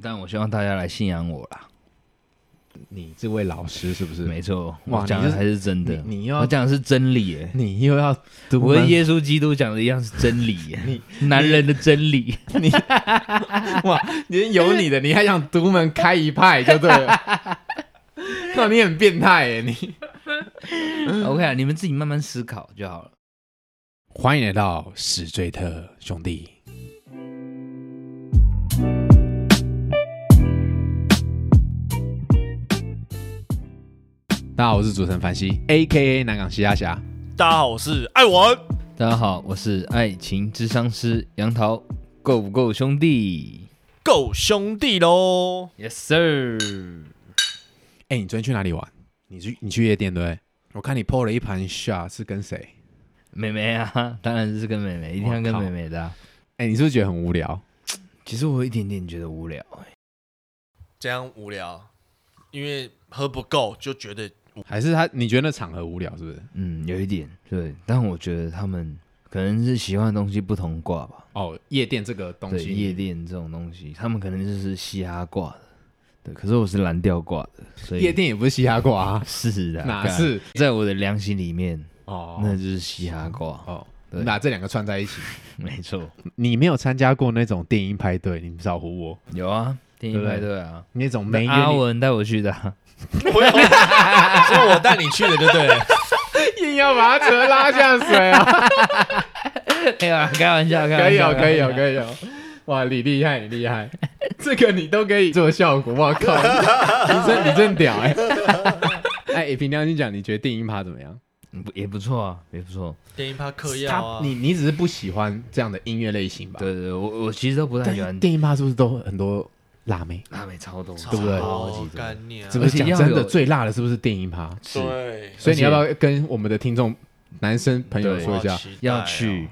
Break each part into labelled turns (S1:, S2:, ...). S1: 但我希望大家来信仰我啦。
S2: 你这位老师是不是？
S1: 没错，
S2: 哇
S1: 我讲
S2: 你
S1: 的
S2: 是
S1: 才是真的，
S2: 你你又要
S1: 我讲的是真理耶。
S2: 你又要读
S1: 我跟
S2: 耶，
S1: 耶稣基督讲的一样是真理 耶，
S2: 你
S1: 男人的真理。
S2: 哇，连有你的，你还想独门开一派就对了。 那你很变态耶！你
S1: OK 啊，你们自己慢慢思考就好了。
S2: 欢迎来到史最特兄弟。大家好，我是主持人凡西，A K A 南港西亚侠。
S3: 大家好，我是艾文。
S1: 大家好，我是爱情智商师杨桃，够不够兄弟
S3: 够兄弟喽！
S1: ？Yes sir。
S2: 哎、你昨天去哪里玩？你去你去夜店对不对？我看你 PO 了一盘下是跟谁？
S1: 妹妹啊，当然是跟妹妹，一定要跟妹妹的啊、
S2: 哎、你是不是觉得很无聊？
S1: 其实我有一点点觉得无聊、欸，
S3: 这样无聊，因为喝不够就觉 得
S2: 还是他你觉得那场合无聊是不是？
S1: 嗯，有一点对，但我觉得他们可能是喜欢的东西不同挂吧。
S2: 哦，夜店这个东
S1: 对，
S2: 西，
S1: 夜店这种东西，他们可能就是嘻哈挂的，对。可是我是蓝调挂的，所以
S2: 夜店也不是嘻哈挂、 啊，
S1: 是的，
S2: 哪
S1: 干
S2: 是？
S1: 在我的良心里面，那
S2: 哦
S1: 就是嘻哈挂，
S2: 哦，
S1: 对
S2: 把这两个串在一起。
S1: 没错。
S2: 你没有参加过那种电音派对，你少唬我。
S1: 有啊，电
S2: 对
S1: 影
S2: 不对哎
S1: 派对啊，
S2: 那种没
S1: 阿
S2: 约
S1: 文带我去的啊、
S3: 不用，所以我带你去的，对不对了？
S2: 你，硬要把他扯拉下水 啊！
S1: 没有啊，开玩笑，开
S2: 可
S1: 玩
S2: 以哦
S1: 笑，，
S2: 可以哦，
S1: 以。
S2: 可以哦。哇，你厉害，你厉害，这个你都可以做效果，我 靠，你真你真屌 哎、哎、凭良心讲，你觉得电音趴怎么样？
S1: 嗯不也不错啊，也不错。
S3: 电音趴嗑药啊
S2: 他，你你只是不喜欢这样的音乐类型吧？
S1: 对对对，我我其实都不太
S2: 但
S1: 喜欢
S2: 电音趴是不是都很多辣妹？
S1: 辣妹超多，
S3: 超
S2: 对不对
S3: 干念啊
S2: 是不是
S1: 而且
S2: 讲
S1: 要
S2: 真的
S1: 有
S2: 最辣的是不是电音趴？
S3: 对，
S2: 所以你要不要跟我们的听众男生朋友
S1: 对
S2: 说一下？
S3: 哦
S1: 要去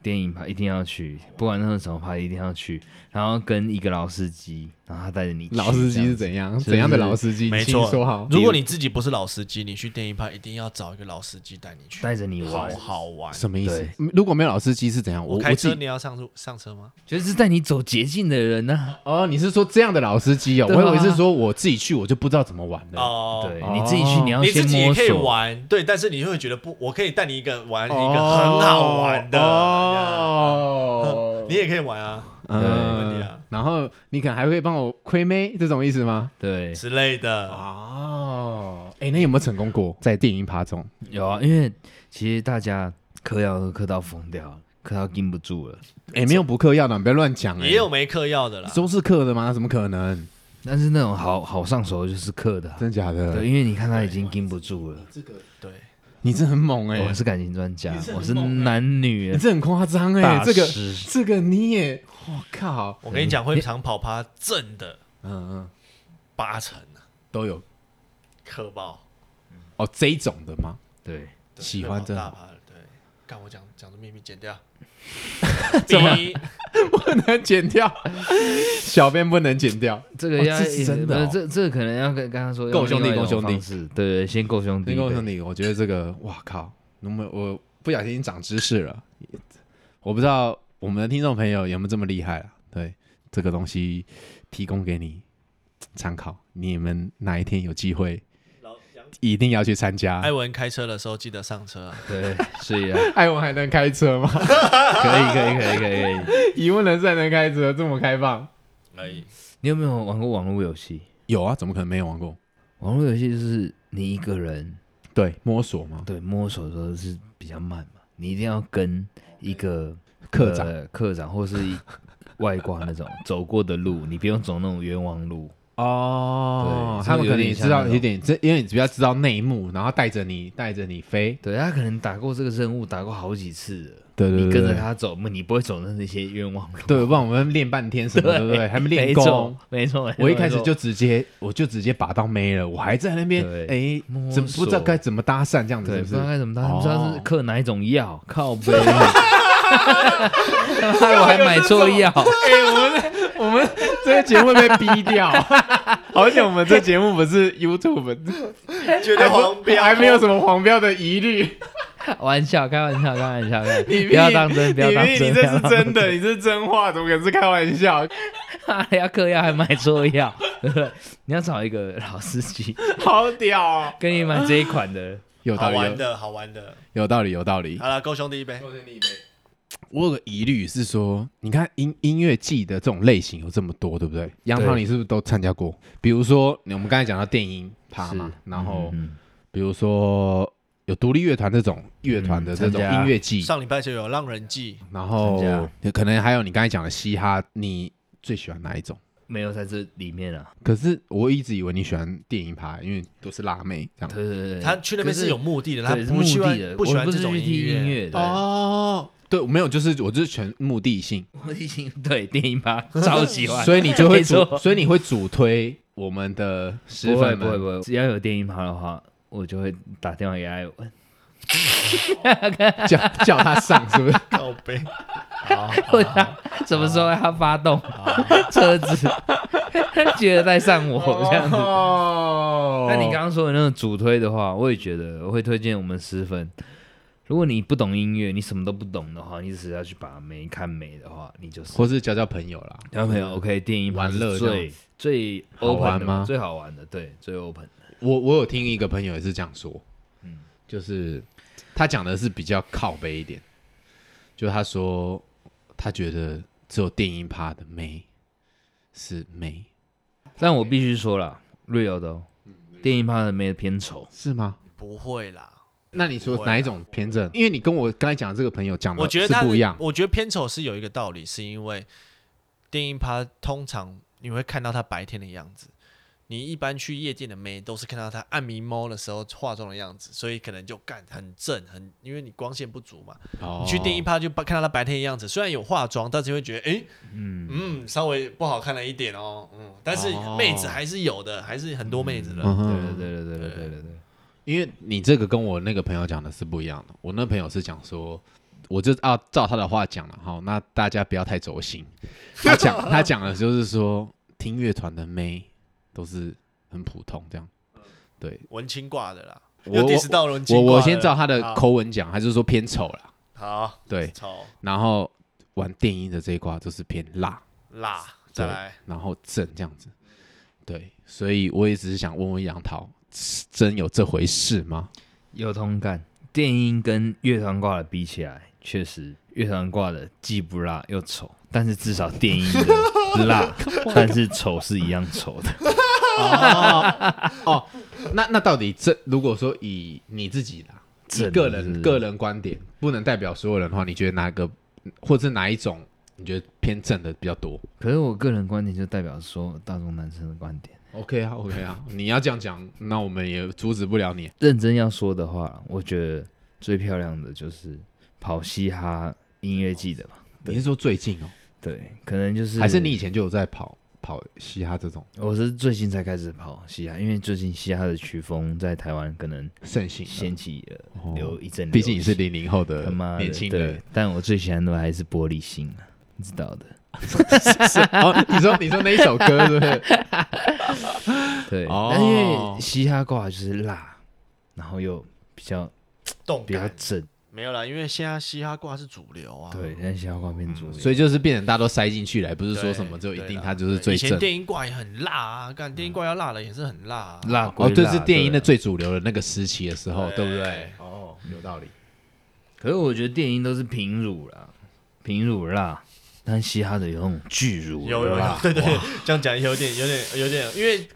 S1: 电影趴，一定要去，不管那是什么趴，一定要去。然后跟一个老司机，然后他带着你去。
S2: 老
S1: 这
S2: 司机
S1: 样
S2: 是
S1: 子
S2: 怎样？
S1: 就是
S2: 怎样的老司机？
S3: 没
S2: 请
S3: 错
S2: 说好。
S3: 如果你自己不是老司机，你去电音趴一定要找一个老司机带你去，
S1: 带着你
S3: 好
S1: 玩，
S3: 好玩。
S2: 什么意思
S1: 对？
S2: 嗯如果没有老司机是怎样？我
S3: 我开
S2: 自
S3: 车
S2: 己
S3: 你要上路上车吗？
S1: 就是带你走捷径的人呢、
S2: 哦，你是说这样的老司机哦？
S1: 对
S2: 我
S1: 吧
S2: 以为是说我自己去我就不知道怎么玩了。
S3: 哦，
S1: 对，
S2: 哦
S1: 你自己去，你要
S3: 你
S1: 先
S3: 自己
S1: 摸
S3: 也可以
S1: 索。
S3: 玩，对，但是你会觉得不，我可以带你一个玩一
S2: 哦
S3: 个很好玩的，
S2: 哦
S3: 这样 你也可以玩啊
S2: 嗯
S1: 对
S3: 没问题啊
S2: 然后你可能还会帮我亏妹这种意思吗？
S1: 对，
S3: 之类的。
S2: 哦，哎，那有没有成功过在电音趴中？
S1: 有啊，因为其实大家嗑药都嗑到疯掉了，嗑到禁不住了。
S2: 哎，没有不嗑药的，你不要乱讲。哎
S3: 也有没嗑药的啦，
S2: 都是嗑的吗？怎么可能？
S1: 但是那种好好上手的就是嗑的啊、
S2: 真假的
S1: 对，？因为你看他已经禁不住了。
S3: 对，
S2: 你这很猛哎
S1: 我！是感情专家，我是男女
S2: 你这很夸张哎
S1: 大！
S2: 这个
S1: 师
S2: 这个你也，我靠，
S3: 我跟你
S1: 嗯
S3: 讲，会长跑趴正的
S2: 嗯嗯，
S3: 八成啊，
S2: 都有
S3: 嗑爆，
S2: 哦，这一种的吗？
S1: 对，
S3: 对
S2: 喜欢
S3: 嗑
S2: 这
S3: 爆大
S2: 种
S3: 趴的，对。干我讲讲的秘密 剪掉，
S2: 怎么
S3: 逼
S2: 不能剪 掉，小编不能剪掉。
S1: 这个
S2: 哦
S1: 要、
S2: 这是真的哦
S1: 呃这这可能要跟刚刚说
S2: 够兄弟够兄弟
S1: 是对对，先够兄弟，
S2: 跟我
S1: 对
S2: 兄弟，我觉得这个，哇靠，我们我不小心长知识了，我不知道我们的听众朋友有没有这么厉害啊？对，这个东西提供给你参考，你们哪一天有机会
S3: 老杨
S2: 一定要去参加。
S1: 哎
S3: 艾文开车的时候记得上车啊，
S1: 对，所以啊，
S2: 艾文还能开车吗？
S1: 可以可以可以可以可以。
S2: 疑问人士还能开车，这么开放？
S3: 可以。
S1: 你有没有玩过网络游戏？
S2: 有啊，怎么可能没有玩过？
S1: 网络游戏就是你一个人
S2: 对，摸索嘛，
S1: 对摸索的时候是比较慢嘛，你一定要跟一个
S2: 课长
S1: 呃课长或是一外挂那种走过的路，你不用走那种冤枉路。
S2: 哦
S1: 对
S2: 他们
S1: 这个有
S2: 可能
S1: 点
S2: 也
S1: 像
S2: 知道
S1: 那种
S2: 有点，这因为你比较知道内幕，然后带着你带着你飞，
S1: 对他可能打过这个任务，打过好几次了，
S2: 对对对，
S1: 你跟着
S2: 对，
S1: 他走，你不会走那那些冤枉路。
S2: 对，不然我们练半天什么，对不对？还没练
S1: 没
S2: 功
S1: 错，，没错。没错
S2: 我一开始就直接我就直接把到妹了，我还在那边
S1: 对
S2: 哎，
S1: 摸
S2: 怎么不知道
S1: 索
S2: 该怎么搭讪这样子，
S1: 对，
S2: 是
S1: 不知
S2: 不
S1: 道
S2: 是？
S1: 该怎么搭，
S2: 哦
S1: 不知道是嗑哪一种药，靠 背。我还买错药，
S2: 我们这个节目被逼掉， 好像我们这节目不是 YouTube，
S3: 觉得
S1: 哎
S3: 黄标
S2: 还没有什么黄标的疑虑。
S1: 玩笑，开玩笑，开玩笑，开玩笑
S2: 你
S1: 不要当真，不要当
S2: 你
S1: 真。不
S2: 你这
S1: 要
S2: 是
S1: 当
S2: 真的，你这是真话，怎么可能是开玩笑？
S1: 哈雷要嗑药还买错药，对不对？你要找一个老司机
S4: 好屌哦！
S1: 跟你买这一款的，
S2: 有
S3: 好
S1: 哦
S2: 道理，
S3: 玩
S2: 有
S3: 的好玩的。
S2: 有道理，有道理。
S3: 好了，够兄弟一杯。
S2: 我有个疑虑是说，你看音音乐季的这种类型有这么多，对不对？杨
S1: 对
S2: 涛，你是不是都参加过？比如说，我们刚才讲到电音趴嘛
S1: 是，
S2: 然后、
S1: 嗯
S2: 比如说有独立乐团这种乐团的这
S1: 嗯
S2: 种
S1: 参加
S2: 音乐季，
S3: 上礼拜就有《浪人记
S2: 然后
S1: 参
S2: 可能还有你刚才讲的嘻哈，你最喜欢哪一种？
S1: 没有在这里面啊，
S2: 可是我一直以为你喜欢电音趴，因为都是辣妹这样。
S1: 对对对，》，
S3: 他去那边
S1: 可
S3: 是
S1: 是
S3: 有目的的，他
S1: 对是
S3: 不
S1: 目
S3: 喜
S1: 的
S3: 欢
S1: 的，
S3: 不喜
S1: 我
S3: 欢
S1: 不
S3: 这
S1: 是
S3: 种
S1: 去听音乐的，
S2: 哦，对，没有，就是我就是全目的性，
S1: 我已经对电音 吧超喜欢，
S2: 所以你就会
S1: 啊没
S2: 主，
S1: 错
S2: 所以你会主推我们的十
S1: 不会
S2: 粉
S1: 不会
S2: 们。
S1: 不会，只要有电音趴的话，我就会打电话给艾文，
S3: 哦
S2: 叫叫他上，是 不是？
S3: 靠背。
S1: 问他啊什么时候他发动
S3: 哦
S1: 车子，记得带上我这样子。
S2: 哦
S1: 那你刚刚说的那种主推的话，我也觉得我会推荐我们十分。如果你不懂音乐，你什么都不懂的话，你只是要去把妹看美的话，你就是
S2: 或是交交朋友啦，
S1: 男朋友 OK 电影
S2: 玩乐这样
S1: 最最
S2: 好
S1: open
S2: 玩
S1: 的
S2: 吗
S1: 最好玩的，对，最 open 的。
S2: 我我有听一个朋友也是这样说，
S1: 嗯
S2: 就是他讲的是比较靠背一点，就是他说他觉得只有电音趴的妹是妹，
S1: 但我必须说了，real 的哦，电影趴的没有偏丑，
S2: 是吗？
S3: 不会啦，
S2: 那你
S3: 不
S2: 说
S3: 会
S2: 哪一种偏正？因为你跟我刚才讲的这个朋友讲的，
S3: 我觉得他
S2: 是不一样。
S3: 我觉得偏丑是有一个道理，是因为电音趴通常你会看到他白天的样子，你一般去夜店的妹都是看到他暗迷猫的时候化妆的样子，所以可能就干很正很，因为你光线不足嘛。
S2: 哦
S3: 你去电音趴就看到他白天的样子，虽然有化妆，但是会觉得诶，嗯稍微不好看了一点哦，嗯，但是
S2: 哦
S3: 妹子还是有的，还是很多妹子的。
S2: 嗯
S1: 对
S2: 哼，
S1: 对对对对对对对。
S2: 因为你这个跟我那个朋友讲的是不一样的。我那朋友是讲说，我就按照他的话讲了，好，那大家不要太走心。他讲他讲的就是说，听乐团的妹都是很普通这样。对
S3: 文青挂的啦，
S2: 我
S3: 又 diss 到文青
S2: 我
S3: 挂了
S2: 我先照他的
S3: 好
S2: 口吻讲，他就说偏丑啦，
S3: 啊好
S2: 对，
S3: 丑
S2: 然后玩电音的这一挂就是偏辣，
S3: 辣，再来
S2: 然后正这样子。对，所以我也只是想问问杨桃，是真有这回事吗？
S1: 有同感。电音跟乐团挂的比起来，确实乐团挂的既不辣又丑，但是至少电音的 辣，但是丑是一样丑的。
S2: 哦，那那到底这如果说以你自己啦，
S1: 这
S2: 你个
S1: 是
S2: 人个人观点，不能代表所有人的话，你觉得哪个或者是哪一种你觉得偏正的比较多
S1: 可是我个人观点就代表说大众男生的观点。
S2: ？OK 啊，OK 啊， 你要这样讲，那我们也阻止不了你。
S1: 认真要说的话，我觉得最漂亮的就是跑嘻哈音乐季的吧。
S2: 你是说最近哦，
S1: 对，可能就是
S2: 还是你以前就有在跑跑嘻哈这种
S1: 我是最近才开始跑嘻哈，因为最近嘻哈的曲风在台湾可能
S2: 盛行的？
S1: 掀起了有一阵流行，
S2: 哦毕竟你是零零后的
S1: 他妈的
S2: 呃年轻
S1: 对
S2: 人，
S1: 但我最喜欢的还是玻璃心啊，你知道的。
S2: 是哦，你说你说那一首歌是不是？
S1: 对，
S2: 哦
S1: 但因为嘻哈挂就是辣，然后又比较
S3: 动
S1: 比较
S3: 感。
S1: 正，
S3: 没有啦，因为现在嘻哈挂是主流啊。
S1: 对，但嘻哈挂变主流，
S2: 哦嗯所以就是变成大家都塞进去了，也不是
S3: 对，
S2: 说什么就一
S3: 对
S2: 定
S3: 啦
S2: 它就是
S3: 对
S2: 最
S3: 以前
S2: 正。嗯
S3: 电音挂也很辣啊，干电音挂要辣的也是很辣啊。
S1: 辣归
S2: 哦，
S1: 辣，
S2: 这是电音的
S1: 对啊。
S2: 最主流的那个时期的时候，对不对？哦，有道理。
S1: 可是我觉得电音都是平乳啦，平乳辣，但嘻哈的有那种巨乳
S3: 有有有
S1: 辣，，
S3: 对对，对这样讲有点有点有点，因为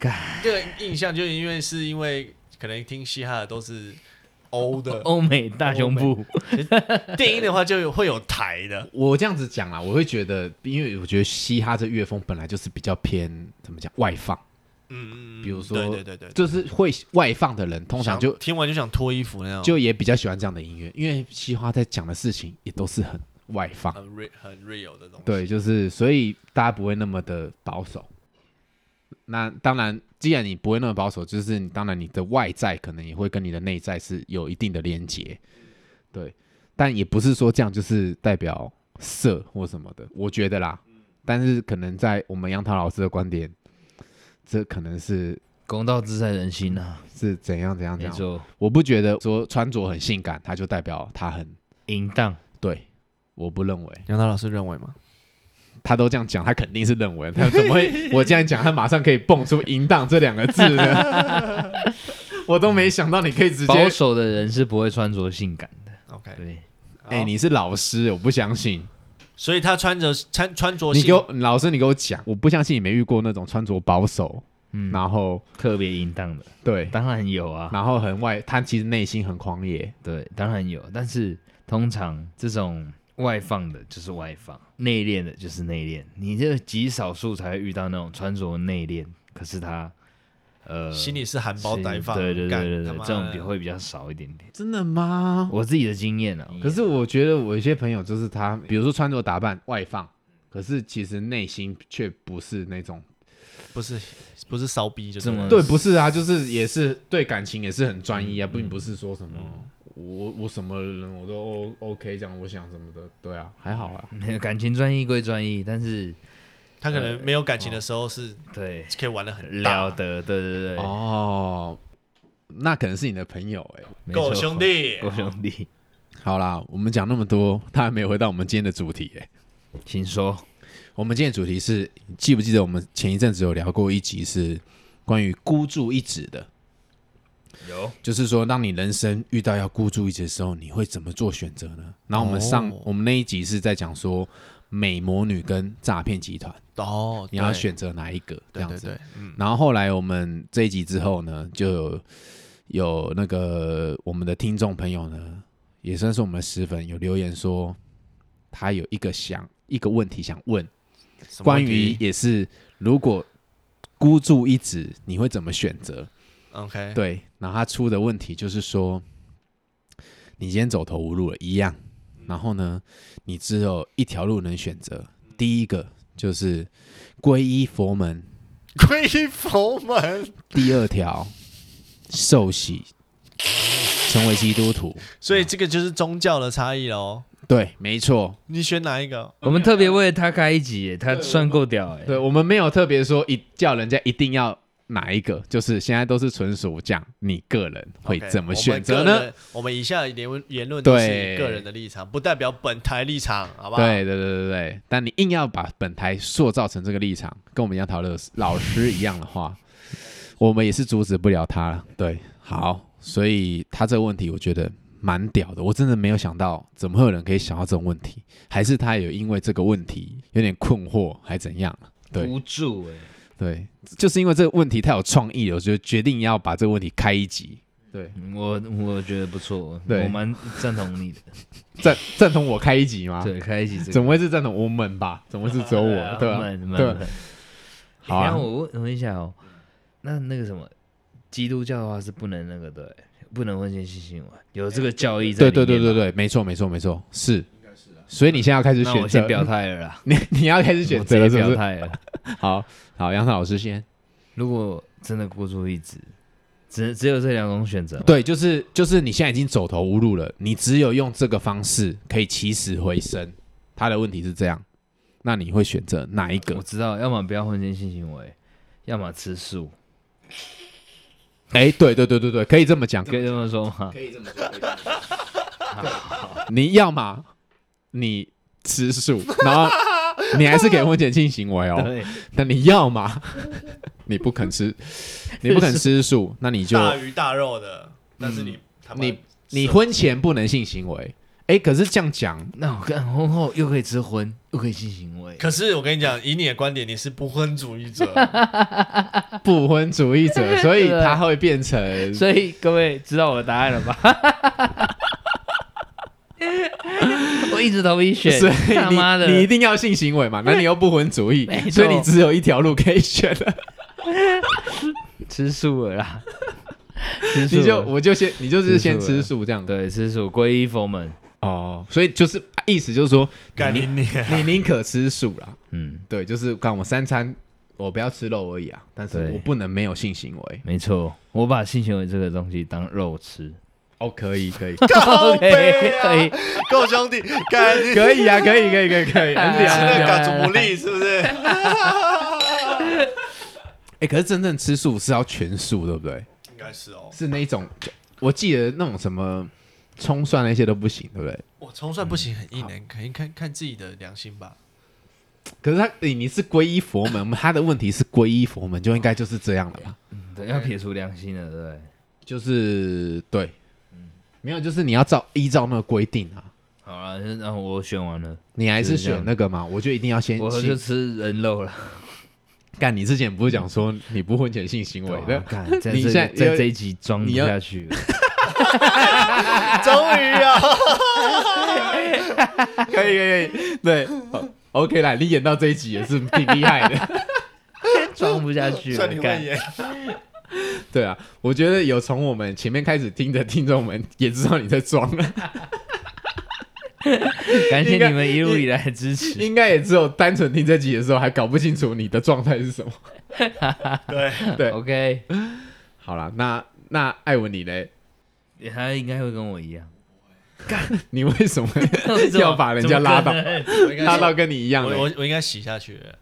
S3: 这个印象就是因为是因为可能听嘻哈的都是欧的，
S2: 哦
S1: 欧美大胸部，
S3: 电音的话就有会有台的，
S2: 我这样子讲啦，啊我会觉得，因为我觉得嘻哈这乐风本来就是比较偏怎么讲外放，
S3: 嗯嗯嗯，
S2: 比如说
S3: 对对对对，
S2: 就是会外放的人，通常就
S3: 听完就想脱衣服那种，
S2: 就也比较喜欢这样的音乐，因为嘻哈在讲的事情也都是很外放，
S3: 很 real 很 real 的东西。
S2: 对，就是所以大家不会那么的保守。那当然，既然你不会那么保守，就是你当然你的外在可能也会跟你的内在是有一定的连结，对。但也不是说这样就是代表色或什么的，我觉得啦。但是可能在我们杨桃老师的观点，这可能是
S1: 公道自在人心啊，
S2: 是怎样怎样怎
S1: 没
S2: 样。
S1: 错，
S2: 我不觉得说穿着很性感，它就代表他很
S1: 淫荡。
S2: 对，我不认为。
S3: 杨涛老师认为吗？
S2: 他都这样讲，他肯定是认为他怎么 会我这样讲，他马上可以蹦出“淫荡”这两个字 呢？我都没想到你可以直
S1: 保
S2: 接。
S1: 守的人是不会穿着性感的，
S3: OK，
S1: 对，
S2: 哎、你是老师，我不相信。
S3: 所以他穿着穿穿着
S2: 你
S3: 性
S2: 给我老师，你给我讲，我不相信你没遇过那种穿着保守，
S1: 嗯，
S2: 然后
S1: 特别淫荡的，
S2: 对，
S1: 当然有啊，
S2: 然后很外，他其实内心很狂野。
S1: 对，当然有，但是通常这种外放的就是外放，内敛的就是内敛，你这极少数才会遇到那种穿着内敛，可是他呃
S3: 心里是含苞待放，
S1: 对对对
S3: 干
S1: 对
S3: 他
S1: 对，
S3: 妈
S1: 这种
S3: 的
S1: 比会比较少一点点。
S2: 真的吗？
S1: 我自己的经验啊，
S2: 可是我觉得我有些朋友就是他，比如说穿着打扮外放，可是其实内心却不是那种
S3: 不是不是骚逼就
S1: 这么
S3: 对了
S2: 对，不是啊，就是也是对感情也是很专一啊，并不是说什么我我什么人我都 O OK 这样，我想什么的，对啊，还好啊。
S1: 没有感情专一归专一，但是
S3: 他可能没有感情的时候是
S1: 对
S3: 可以玩的很大
S1: 了得，对对对，
S2: 哦，那可能是你的朋友哎、
S1: 没
S3: 够
S1: 错
S3: 兄，弟，
S1: 够兄弟，
S2: 好啦，我们讲那么多，他还没有回到我们今天的主题哎、
S1: 请说。
S2: 我们今天的主题是，你记不记得我们前一阵子有聊过一集是关于孤注一掷的？
S1: 有
S2: 就是说，当你人生遇到要孤注一掷的时候，你会怎么做选择呢？然后我们上、
S3: 哦
S2: 我们那一集是在讲说美魔女跟诈骗集团，
S3: 哦，
S2: 你要
S3: 对
S2: 选择哪一个这
S3: 对
S2: 样
S3: 对
S2: 子。
S3: 对，嗯，
S2: 然后后来我们这一集之后呢，就有有那个我们的听众朋友呢，也算是我们的死粉，有留言说他有一个想一个问题想问，
S3: 什么
S2: 关
S3: 问
S2: 于
S3: 题
S2: 也是如果孤注一掷，你会怎么选择？
S3: OK，
S2: 对，然后他出的问题就是说，你今天走投无路了，一样。然后呢，你只有一条路能选择，第一个就是皈依佛门，
S3: 皈依佛门，
S2: 第二条受洗，成为基督徒。
S3: 所以这个就是宗教的差异喽。
S2: 对，没错，
S3: 你选哪一个？
S1: 我们特别为了他开一集耶，他算够屌哎。
S2: 对我们没有特别说一叫人家一定要哪一个，就是现在都是纯属讲你个人会
S3: OK，
S2: 怎么
S3: 我们
S2: 选择
S3: 个
S2: 呢
S3: 人？我们以下的言论言论都是
S2: 对
S3: 个人的立场，不代表本台立场，好不好？
S2: 对对对对对，但你硬要把本台塑造成这个立场，跟我们一样讨论老师一样的话，我们也是阻止不了他了。对，好，所以他这个问题我觉得蛮屌的，我真的没有想到怎么会有人可以想到这种问题，还是他有因为这个问题有点困惑，还怎样？对
S1: 孤注哎，
S2: 对，就是因为这个问题太有创意了，我觉得决定要把这个问题开一集。对，
S1: 嗯我我觉得不错，
S2: 对
S1: 我蛮赞同你的。
S2: 赞赞同我开一集吗？
S1: 对，开一集这个
S2: 啊
S1: 呃
S2: 怎么会是赞同我们吧？怎么会是只有我？对吧、
S1: 闷闷
S2: 对啊
S1: 闷
S2: 好啊
S1: 等一下我问问一下哦，那那个什么，基督教的话是不能那个的欸，不能婚前性行为，有这个教义在
S2: 对
S1: 里面吗。
S2: 对对对对，没错没错没错，是，所以你现在要开始
S1: 那
S2: 选
S1: 我
S2: 择
S1: 先， 表态了啦，
S2: 你你要开始
S1: 我
S2: 选
S1: 直
S2: 择
S1: 接
S2: 了是不
S1: 表
S2: 是？
S1: 态了。
S2: 好好，杨老师先。
S1: 如果真的孤注一掷，只只有这两种选择嘛。
S2: 对，就是就是你现在已经走投无路了，你只有用这个方式可以起死回生。他的问题是这样，那你会选择哪一
S1: 我
S2: 个？
S1: 知道，要么不要婚前性行为，要么吃素，
S2: 嗯哎，对对对对对，可以这么讲，
S1: 可以这么说吗？
S2: 以这么说。你要嘛你吃素，然 后你还是给婚前性行为哦。
S1: 对，
S2: 那你要嘛？ 你不肯吃，你不肯吃素，那你就
S3: 大鱼大肉的，但是你他妈
S2: 你你婚前不能性行为。哎，可是这样讲，
S1: 那我看婚后又可以吃荤，又可以性行为，
S3: 可是我跟你讲，以你的观点，你是不婚主义者，
S2: 不婚主义者，所以
S1: 对
S2: 他会变 成
S1: 所以各位知道我的答案了吧？ 我一直都没选，
S2: 所
S1: 他妈
S2: 以
S1: 的，
S2: 你你一定要性行为嘛？那你又不婚主义
S1: 没，错
S2: 所以你只有一条路可以选了。
S1: 吃素了 啦，吃素
S2: 你就
S1: 了
S2: 我就先你就是先
S1: 吃素了
S2: 吃素这样的
S1: 对吃素皈依佛门，
S2: 哦。所以就是意思就是说，
S3: 干你你
S2: 你宁可吃素啦，
S1: 嗯，
S2: 对，就是看我三餐我不要吃肉而已啊，但是
S1: 对
S2: 我不能没有性行为。
S1: 没错，我把性行为这个东西当肉吃
S2: 哦，可 以可以
S1: ，OK，可
S2: 啊
S1: 以，
S3: 啊够兄弟，干 你
S2: 可以啊，可以可以可以 可以，啊很屌
S3: 吃
S2: 很
S3: 那
S2: 屌。
S3: 个主力是不是？
S2: 哎、可是真正吃素是要全素，对不对？
S3: 应该是哦，
S2: 是那一种，我记得那种什么葱蒜那些都不行，对不对？
S3: 我葱蒜不行，很硬的，可以看看自己的良心吧。
S2: 可是他你你是皈依佛门，他的问题是皈依佛门，就应该就是这样了吧？
S1: 对，要撇除良心了，对不对？
S2: 就是对，没有，就是你要照依照那个规定啊。
S1: 好了，那那我选完了，
S2: 你还是
S1: 就是这样
S2: 选那个嘛？我就一定要先
S1: 我
S2: 先
S1: 就吃人肉 了。
S2: 干。你之前不是讲说你不婚前性行为
S1: 对
S2: 的
S1: 啊？ 干，在
S2: 你
S1: 这
S2: 现
S1: 个
S2: 在
S1: 在
S2: 有
S1: 这一集装不
S2: 你要
S1: 下去了，
S3: 终于 啊，
S2: 可以可以可以，对 好，OK 啦，你演到这一集也是挺厉害的。
S1: 装不下去了
S3: 算你，会
S1: 干。
S3: 演。
S2: 对啊，我觉得有从我们前面开始听的听众们也知道你在装了，
S1: 感谢
S2: 应该
S1: 你们一路以来的支持。
S2: 应该也只有单纯听这集的时候还搞不清楚你的状态是 什么。
S3: 对，
S2: 对
S1: OK，
S2: 好啦，那那艾文你嘞，
S1: 他应该会跟我一 样，
S2: 你为 什么要把人家拉倒
S1: 怎么可能
S3: 我应该
S2: 拉到跟你一样
S3: 我
S2: 嘞？
S3: 我我应该洗下去了。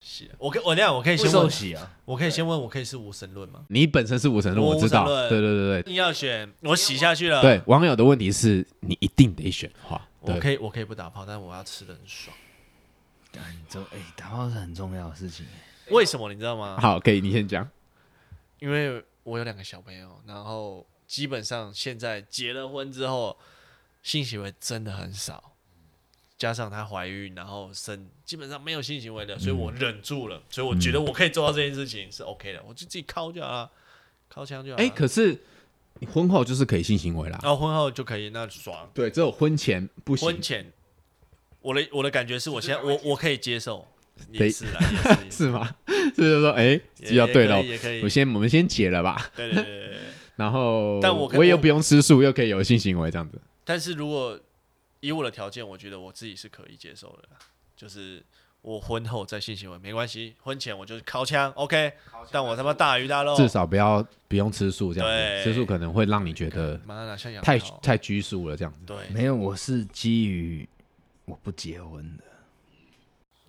S3: 洗，我可我这样，我可以
S1: 不
S3: 先
S1: 受
S3: 问，
S1: 洗啊！
S3: 我可以先问，我可以是无神论吗？
S2: 你本身是无神论，
S3: 我
S2: 我知道
S3: 无神。论
S2: 对对对
S3: 硬要选，我洗下去了。
S2: 对，对，网友的问题是你一定得选的话，
S3: 我
S2: 对，
S3: 可以我可以不打炮，但我要吃的很爽。
S1: 干这哎，打炮是很重要的事情。
S3: 为什么你知道吗？
S2: 好，可以，你先讲。
S3: 因为我有两个小朋友，然后基本上现在结了婚之后，性行为真的很少，加上她怀孕，然后生，基本上没有性行为的，所以
S2: 嗯
S3: 我忍住了，所以我觉得我可以做到这件事情是 OK 的，我就自己敲就好了，敲枪就好了。
S2: 哎，可是你婚后就是可以性行为啦。
S3: 然后婚后就可以，那爽。
S2: 哦对，只有婚前不行
S3: 婚，前，我的我的感觉是我现在我我可以接受，也
S2: 对
S3: 是啦，也是也是
S2: 是吗？这 就是说，哎，
S3: 也
S2: 要对
S3: 也可
S2: 了
S3: 以，也可以
S2: 我，先我们先解了吧，
S3: 对对对对对。
S2: 然后
S3: 但我可
S2: 我也
S3: 我
S2: 不用吃素，又可以有性行为这样子。
S3: 但是如果以我的条件，我觉得我自己是可以接受的啦，就是我婚后再性行为没关系，婚前我就是靠枪，OK，但我他妈大鱼大肉，
S2: 至少不要不用吃素这样子，
S3: 对
S2: 吃素可能会让你觉得
S3: 妈哪像养
S2: 太
S3: 桃
S2: 太拘束了这样子。
S3: 对
S1: 没有，我是基于我不结婚的。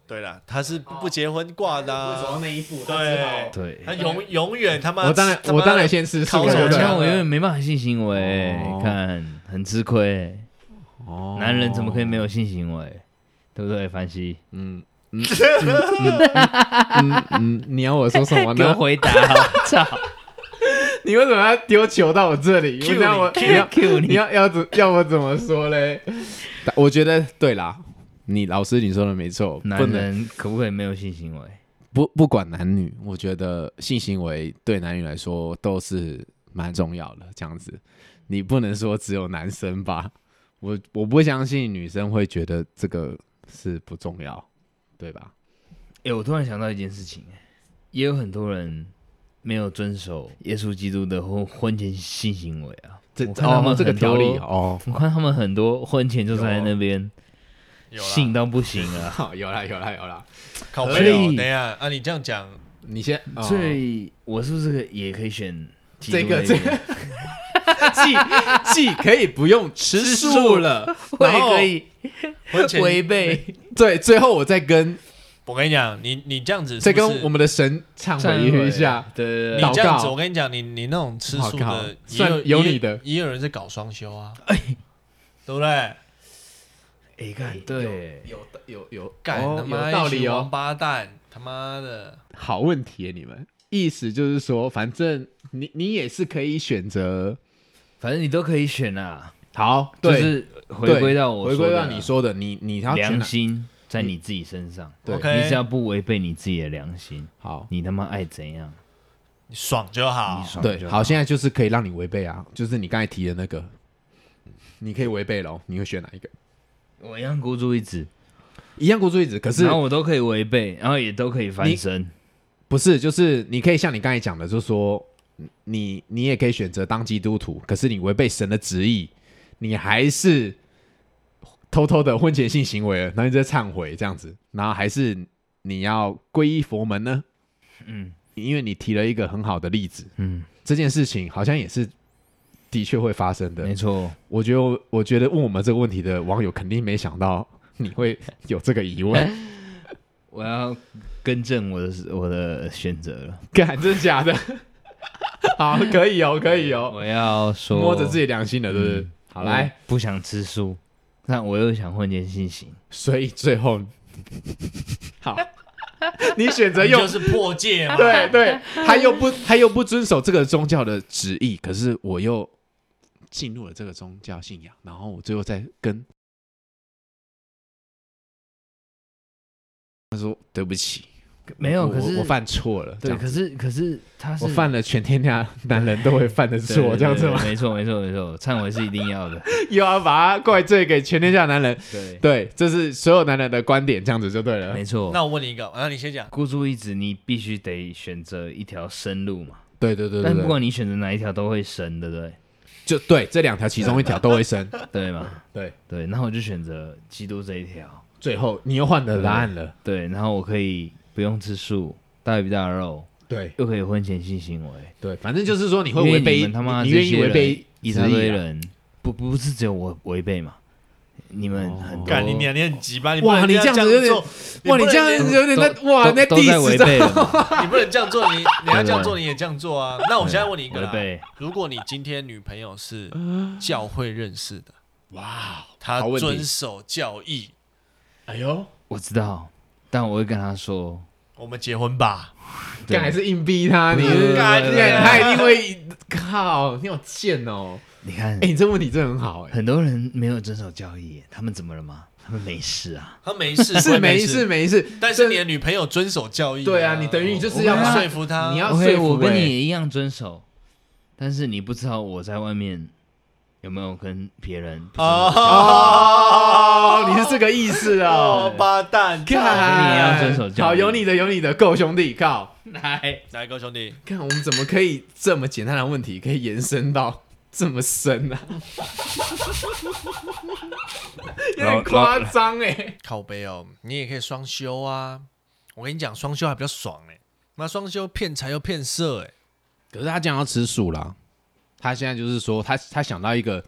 S3: 对啦，他是不不结婚挂的啊、
S2: 那一步
S3: 对，
S1: 对，
S3: 他永永远他妈
S2: 我当然
S3: 他妈
S2: 我当然先吃素
S3: 烤
S2: 了，
S3: 手
S2: 对不
S3: 对
S1: 像哎
S2: 对？
S3: 枪
S1: 我永远没办法性行为
S2: 哦，
S1: 看很吃亏。
S2: 哦
S1: 男人怎么可以没有性行为？对不对，凡西？
S2: 嗯嗯嗯嗯嗯，你要我说什么
S1: 给我
S2: 呢？
S1: 回答，我 操
S2: 你为什么要丢球到我这里？
S3: Cue
S2: 我让我
S3: 你
S2: 你要
S1: ！Q
S2: 你
S1: 你！
S2: 要要怎要我怎么 说嘞？但我觉得对啦，你老师你说的没错，不
S1: 男
S2: 能
S1: 人可不可以没有性行为？
S2: 不不管男女，我觉得性行为对男女来说都是蛮重要的。这样子，你不能说只有男生吧？我我不相信女生会觉得这个是不重要，对吧？
S1: 哎，我突然想到一件事情，也有很多人没有遵守耶稣基督的婚婚前性行为啊。
S2: 这
S1: 我看他们
S2: 哦、这个
S1: 很多
S2: 条例哦，
S1: 我看他们很多婚前就在那边
S3: 有
S1: 性
S3: 啦，
S1: 到不行啊。
S2: 好哦有啦有啦有啦，
S3: 靠
S1: 所
S3: 背
S1: 以
S3: 哦，等一下啊，你这样讲，
S2: 你先、 哦、
S1: 所 以我是不是也可以选基督
S2: 这个
S1: 那
S2: 这
S1: 边
S2: 个既既可以不用吃
S1: 吃素
S2: 素了，
S1: 我
S2: 然
S1: 也
S2: 后
S1: 可以
S3: 婚前
S1: 违背
S2: 对，最后我再跟
S3: 我跟你讲，你你这样子
S2: 再
S3: 是不是
S2: 跟我们的神忏悔一下，，
S1: 对对
S3: 呃你
S1: 对
S2: 祷告
S3: 这样子，我跟你讲，你你那种吃素
S2: 我靠
S3: 的，也
S2: 算有
S3: 也
S2: 你的哎
S3: 也有人在搞双 休啊，对不对？
S1: 对，哎，看对，哦
S2: 有有有
S3: 干他妈
S2: 有道
S3: 一
S2: 理
S3: 群王
S2: 哦。
S3: 八蛋，他妈的，
S2: 好问题耶，你们意思就是说，反正你你也是可以选择
S1: 反正你都可以选啊，
S2: 好，
S1: 就
S2: 对，
S1: 是
S2: 对
S1: 回归到我
S2: 回
S1: 说
S2: 归
S1: 的
S2: 到
S1: 啊
S2: 你说的，你你要选
S1: 良
S2: 哪
S1: 心在你自己身上，
S2: 对
S3: OK
S1: 你只要不违背你自己的良心，
S2: 好，
S1: 你他妈爱怎样
S3: 你爽就好
S1: 你。爽
S2: 哦对，
S1: 就
S2: 好，现在就是可以让你违背啊，就是你刚才提的那个，你可以违背咯，你会选哪一个？
S1: 我一样孤注一掷，
S2: 一样孤注一掷，可是
S1: 然后我都可以违背，然后也都可以翻身，
S2: 不是，就是你可以像你刚才讲的，就是说嗯你你也可以选择当基督徒，可是你违背神的旨意，你还是偷偷的婚前性行为了，然后你在忏悔这样子，然后还是你要皈依佛门呢？
S1: 嗯
S2: 因为你提了一个很好的例子，
S1: 嗯，
S2: 这件事情好像也是的确会发生
S1: 没
S2: 的。
S1: 错，
S2: 我觉得我，我觉得问我们这个问题的网友肯定没想到你会有这个疑问，
S1: 我要更正我的我的选择了，
S2: 干，真的假的？ 好，可以哦，可以哦。
S1: 我要说
S3: 嗯
S2: 摸着自己良心的，对不对？好，来，
S1: 我不想吃素，但我又想混间信息，
S2: 所以最后 好， 你选择
S3: 你
S2: 用
S3: 就是破戒嘛。
S2: 对对，他又不他又不遵守这个宗教的旨意，可是我又进入了这个宗教信仰，然后我最后再跟他说对不起，
S1: 没有，
S2: 我
S1: 可
S2: 我
S1: 是
S2: 我犯错了，这
S1: 对，
S2: 样
S1: 可
S2: 子
S1: 是可是他是
S2: 我犯了全天下男人都会犯的
S1: 对
S2: 错，
S1: 对
S2: 这样子
S1: 对
S2: 吗？
S1: 没错没错没错，忏悔是一定要的，
S2: 又要把他怪罪给全天下男人，
S1: 对，
S2: 对，这是所有男人的观点，这样子就对了
S1: 没。错。
S3: 那我问你一个，然后你先讲。
S1: 孤注一掷，你必须得选择一条生路嘛。
S2: 对对对对
S1: 但不
S2: 对，
S1: 管你选择哪一条，都会生，对不对？
S2: 就对这两条其中一条都会 生。
S1: 对嘛？
S2: 对，
S1: 对，然后我就选择基督这一条。
S2: 最后你又换了答案了。
S1: 对，然后我可以不用吃素，大鱼大肉，
S2: 对
S1: 又可以婚前性行为。
S2: 对，反正就是说你会
S1: 因为
S2: 违背，
S1: 你们他妈
S2: 你
S1: 这
S2: 愿意
S1: 些
S2: 违背
S1: 人一
S2: 旨
S1: 大堆
S2: 意啊。
S1: 人，不不是只有我违背嘛？你们很多
S3: 哦干你娘，你很急吧？你不
S2: 哇
S3: 能
S2: 你
S3: 这
S2: 这样
S3: 样
S2: 子有点
S3: 做，
S2: 哇，
S3: 不
S2: 你
S3: 能
S2: 这样
S3: 样
S2: 子有点
S1: 都
S2: 在哇，
S1: 都
S2: 那
S1: 都
S2: 第
S1: 在
S2: 十
S1: 违
S2: 章
S1: 背了嘛，
S3: 你不能这样做，你你要
S1: 对
S3: 这样做，你也这样做啊。那我现在问你一个
S1: 违
S3: 啦，
S1: 背。
S3: 如果你今天女朋友是教会认识的，
S2: 哇，
S1: 哦
S3: 她
S2: 嗯好问题
S3: 遵守教义，
S2: 哎呦，
S1: 我知道，但我会跟他说，
S3: 我们结婚吧。
S1: 对
S2: 干还是硬逼他，你
S1: 对对对
S2: 干
S1: 对
S3: 对对
S2: 干他一定会靠，你好贱哦。
S1: 你看
S2: 哎，，你这问题真的很好哎，
S1: 很多人没有遵守教义，他们怎么了吗？他们没事啊。
S3: 她 没事，
S2: 是
S3: 会
S2: 没事
S3: 事，
S2: 没事，
S3: 但是你的女朋友遵守教义啊。
S2: 对啊，你等于你就是要
S1: 我跟他
S2: 把
S3: 说服她，
S2: 你要说
S1: OK，
S2: 服
S1: 我跟
S2: 欸
S1: 你一样遵守，但是你不知道我在外面有没有跟别人不遵守教义
S2: 哦，你是这个意思 哦
S3: 哦，。八蛋，
S1: 你也要遵守教育
S2: 好，有你的，有你的，够兄弟， 靠！
S1: 来，
S3: 来哥兄弟，
S2: 看我们怎么可以这么简单的问题，可以延伸到 这么深啊？ 有点夸张哎！
S3: 靠背哦，你也可以双休啊。我跟你讲，双休还比较爽哎、妈双休骗财又骗色哎、
S2: 可是他这样要吃素啦，他现在就是说，他他想到一个，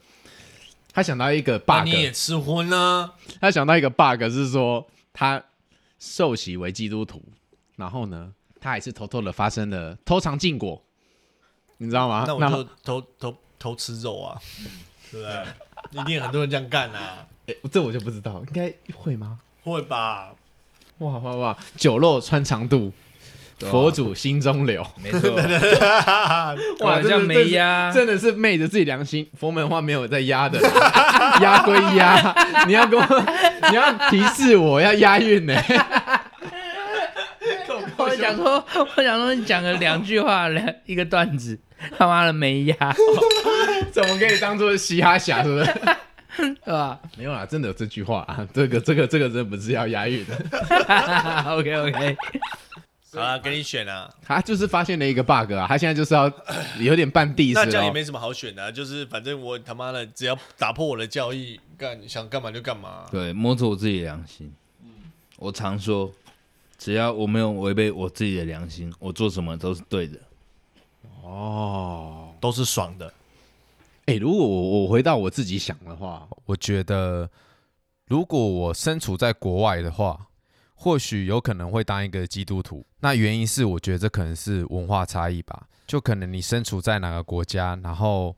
S2: 他想到一个
S3: 那
S2: bug，
S3: 你也吃荤呢、
S2: 他想到一个 bug 是说，他受洗为基督徒，然后呢，他还是偷偷的发生了偷尝禁果，你知道吗？
S3: 那我
S2: 然后
S3: 就偷偷偷吃肉啊，对不对？一定很多人这样干啊，
S2: 诶这我就不知道，应该会吗？
S3: 会吧？
S2: 哇哇哇！酒肉穿肠肚，
S1: 对啊
S2: 佛祖心中留。
S1: 没错，
S2: 哇
S1: 哇，这样
S2: 真的是
S1: 没压，
S2: 真的是昧着自己良心，佛门话没有在压的， 压归压，你要跟我，你要提示我要押韵呢、
S1: 我想说，我想说，你讲了两句话，两一个段子，他妈的没压，
S2: 怎么可以当做嘻哈侠？是不是？
S1: 是吧
S2: 没有啦，真的有这句话啊， 这个这个这个真的不是要押韵的，
S1: ？OK OK，
S3: 好了，给你选啊。
S2: 他就是发现了一个 bug 啊，他现在就是要有点半 diss
S3: 那这样
S2: 了
S3: 也
S2: 哦。
S3: 没什么好选的啊、就是反正我他妈的只要打破我的教义，干想干嘛就干嘛。啊
S1: 对，摸着我自己的良心，我常说，只要我没有违背我自己的良心，我做什么都是对的。
S2: 哦，
S3: 都是爽 的。
S2: 哎、如果我我回到我自己想的话，
S4: 我觉得，如果我身处在国外的话，或许有可能会当一个基督徒。那原因是，我觉得这可能是文化差异吧。就可能你身处在哪个国家，然后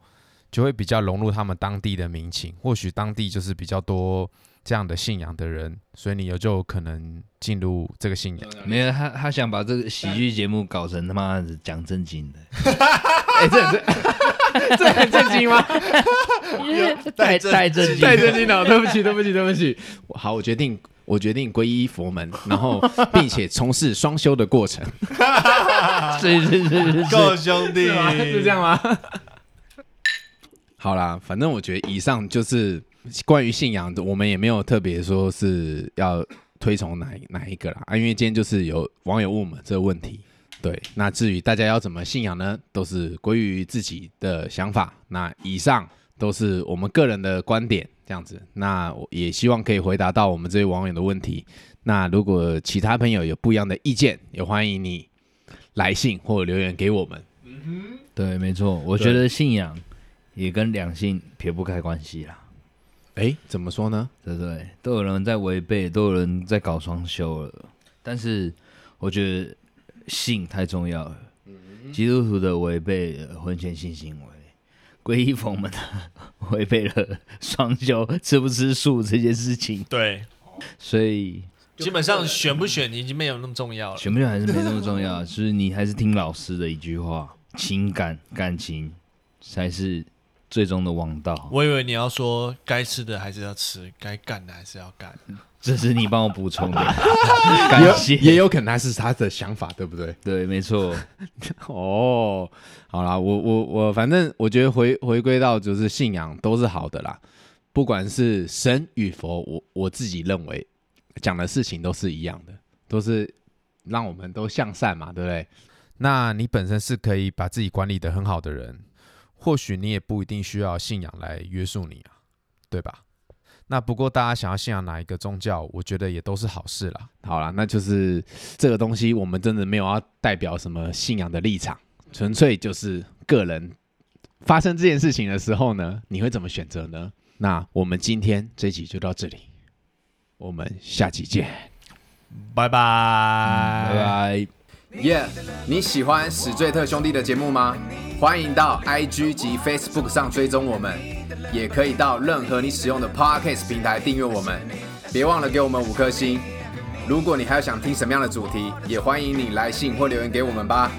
S4: 就会比较融入他们当地的民情。或许当地就是比较多这样的信仰的人，所以你有就有可能进入这个信仰。
S1: 没有他，他想把这个喜剧节目搞成他妈的讲正经的，
S2: 哎、这很正，这很震惊吗？
S1: 太太正经
S2: 太
S1: 了，
S2: 震惊了，对不起，对不起，对不起。我好，我决定，我决定皈依佛门，然后并且从事双修的过程，
S1: 是是是是是，
S3: 够兄弟
S2: 是吗？是这样吗？ 好啦，反正我觉得以上就是关于信仰的，我们也没有特别说是要推崇哪一哪一个啦，啊，因为今天就是有网友问我们这个问题，对，那至于大家要怎么信仰呢，都是归于自己的想法。那以上都是我们个人的观点，这样子。那我也希望可以回答到我们这位网友的问题。那如果其他朋友有不一样的意见，也欢迎你来信或留言给我们。
S1: 对，没错，我觉得信仰也跟两性撇不开关系啦。
S2: 哎，怎么说呢？
S1: 对不对？都有人在违背，都有人在搞双修了。但是我觉得
S2: 嗯
S1: 性太重要了。基督徒的违背呃婚前性行为， 皈依佛门啊，违背了双修吃不吃素这件事情，
S3: 对，
S1: 所以
S3: 基本上选不选已经没有那么重要了。
S1: 选不选还是没那么重要，啊 就是你还是听老师的一句话，情感感情才是最终的王道。
S3: 我以为你要说该吃的还是要吃，该干的还是要干。
S1: 这是你帮我补 充的，感谢。
S2: 也有可能他是他的想法，对不对？
S1: 对，没错，
S2: 哦，好啦，我我我，反正我觉得回回归到就是信仰都是好的啦，不管是神与佛，我我自己认为讲的事情都是一样的，都是让我们都向善嘛，对不对？
S4: 那你本身是可以把自己管理的很好的人，或许你也不一定需要信仰来约束你啊，对吧？那不过大家想要信仰哪一个宗教，我觉得也都是好事啦。
S2: 好啦，那就是这个东西，我们真的没有要代表什么信仰的立场，纯粹就是个人发生这件事情的时候呢，你会怎么选择呢？那我们今天这集就到这里，我们下集见，
S3: 拜拜。
S2: 拜拜。
S5: 耶你喜欢史最特兄弟的节目吗？欢迎到 IG 及 Facebook 上追踪我们，也可以到任何你使用的 Podcast 平台订阅我们。别忘了给我们五颗星。如果你还有想听什么样的主题，也欢迎你来信或留言给我们吧。